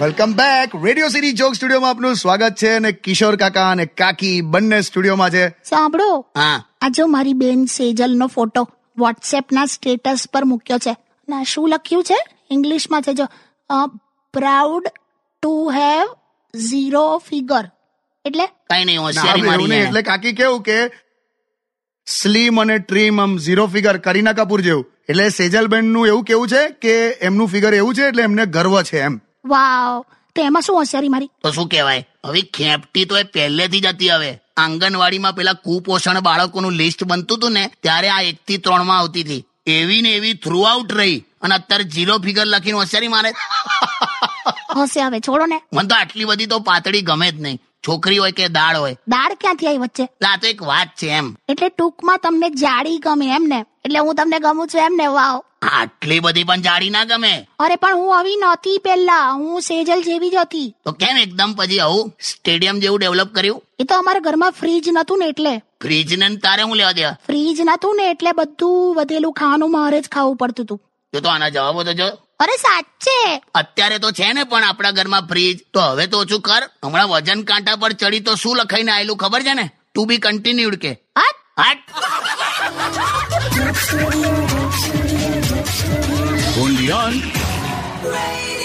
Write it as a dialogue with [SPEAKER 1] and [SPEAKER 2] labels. [SPEAKER 1] Welcome back radio city joke સ્ટુડિયોમાં આપનું સ્વાગત છે અને કિશોર કાકા અને કાકી બંને સ્ટુડિયોમાં છે
[SPEAKER 2] સાંભળો
[SPEAKER 1] હા
[SPEAKER 2] આ જો મારી બેન સેજલનો ફોટો વોટ્સએપના સ્ટેટસ પર મૂક્યો છે ના શું લખ્યું છે ઇંગ્લિશમાં છે જો proud to have zero figure એટલે
[SPEAKER 3] કઈ નહીં
[SPEAKER 1] ના, હવે
[SPEAKER 3] હોશિયારી
[SPEAKER 1] એવું
[SPEAKER 3] મારી
[SPEAKER 1] નહીં.
[SPEAKER 3] એણે.
[SPEAKER 1] એટલે કાકી કેવું કે સ્લીમ અને ટ્રીમ આમ ઝીરો ફિગર કરીના કપૂર જેવું એટલે સેજલબેન નું એવું કેવું છે કે એમનું ફિગર એવું છે એટલે એમને ગર્વ છે એમ
[SPEAKER 2] વાવ તો એમાં શું હોશિયારી મારી
[SPEAKER 3] તો શું કહેવાય હવે ખેપટી તો એ પહેલેથી જ હતી હવે આંગણવાડીમાં પેલા કુપોષણ બાળકોનું લિસ્ટ બનતું હતું ને ત્યારે આ એક થી ત્રણ માં આવતી હતી એવી ને એવી થ્રુ આઉટ રહી અને અત્યારે જીરો ફિગર લખીને હોશિયારી મારે
[SPEAKER 2] હશે હવે છોડો ને
[SPEAKER 3] મને તો આટલી બધી તો પાતળી ગમે જ નહીં છોકરી હોય કે દાળ હોય
[SPEAKER 2] દાળ ક્યાંથી આવી વચ્ચે
[SPEAKER 3] એટલે આ તો એક વાત છે એમ
[SPEAKER 2] એટલે ટૂંકમાં તમને જાડી ગમે એમ ને એટલે હું તમને ગમું છું એમ ને વાવ
[SPEAKER 3] આટલી બધી પણ જાડી ના ગમે
[SPEAKER 2] અરે પણ હું આવી નહોતી પહેલા હું સેજલ જેવી જ હતી
[SPEAKER 3] તો કેમ એકદમ પછી આવું સ્ટેડિયમ જેવું ડેવલપ કર્યું
[SPEAKER 2] એ તો અમારા ઘરમાં ફ્રીજ નતું ને એટલે
[SPEAKER 3] ફ્રીજ ને તારે હું લેવા દેવા
[SPEAKER 2] ફ્રીજ નતું ને એટલે બધું વધેલું ખાવાનું મારે જ ખાવું પડતું હતું
[SPEAKER 3] જો તો આના જવાબો તો જો
[SPEAKER 2] અરે સાચે
[SPEAKER 3] અત્યારે તો છે ને પણ આપણા ઘરમાં ફ્રીજ તો હવે તો ઓછું કર હમણાં વજન કાંટા પર ચડી તો શું લખાઈને આયેલું ખબર છે ને ટુ બી કન્ટિન્યુડ કે
[SPEAKER 2] હટ
[SPEAKER 3] હટ
[SPEAKER 4] Undian.
[SPEAKER 5] Radio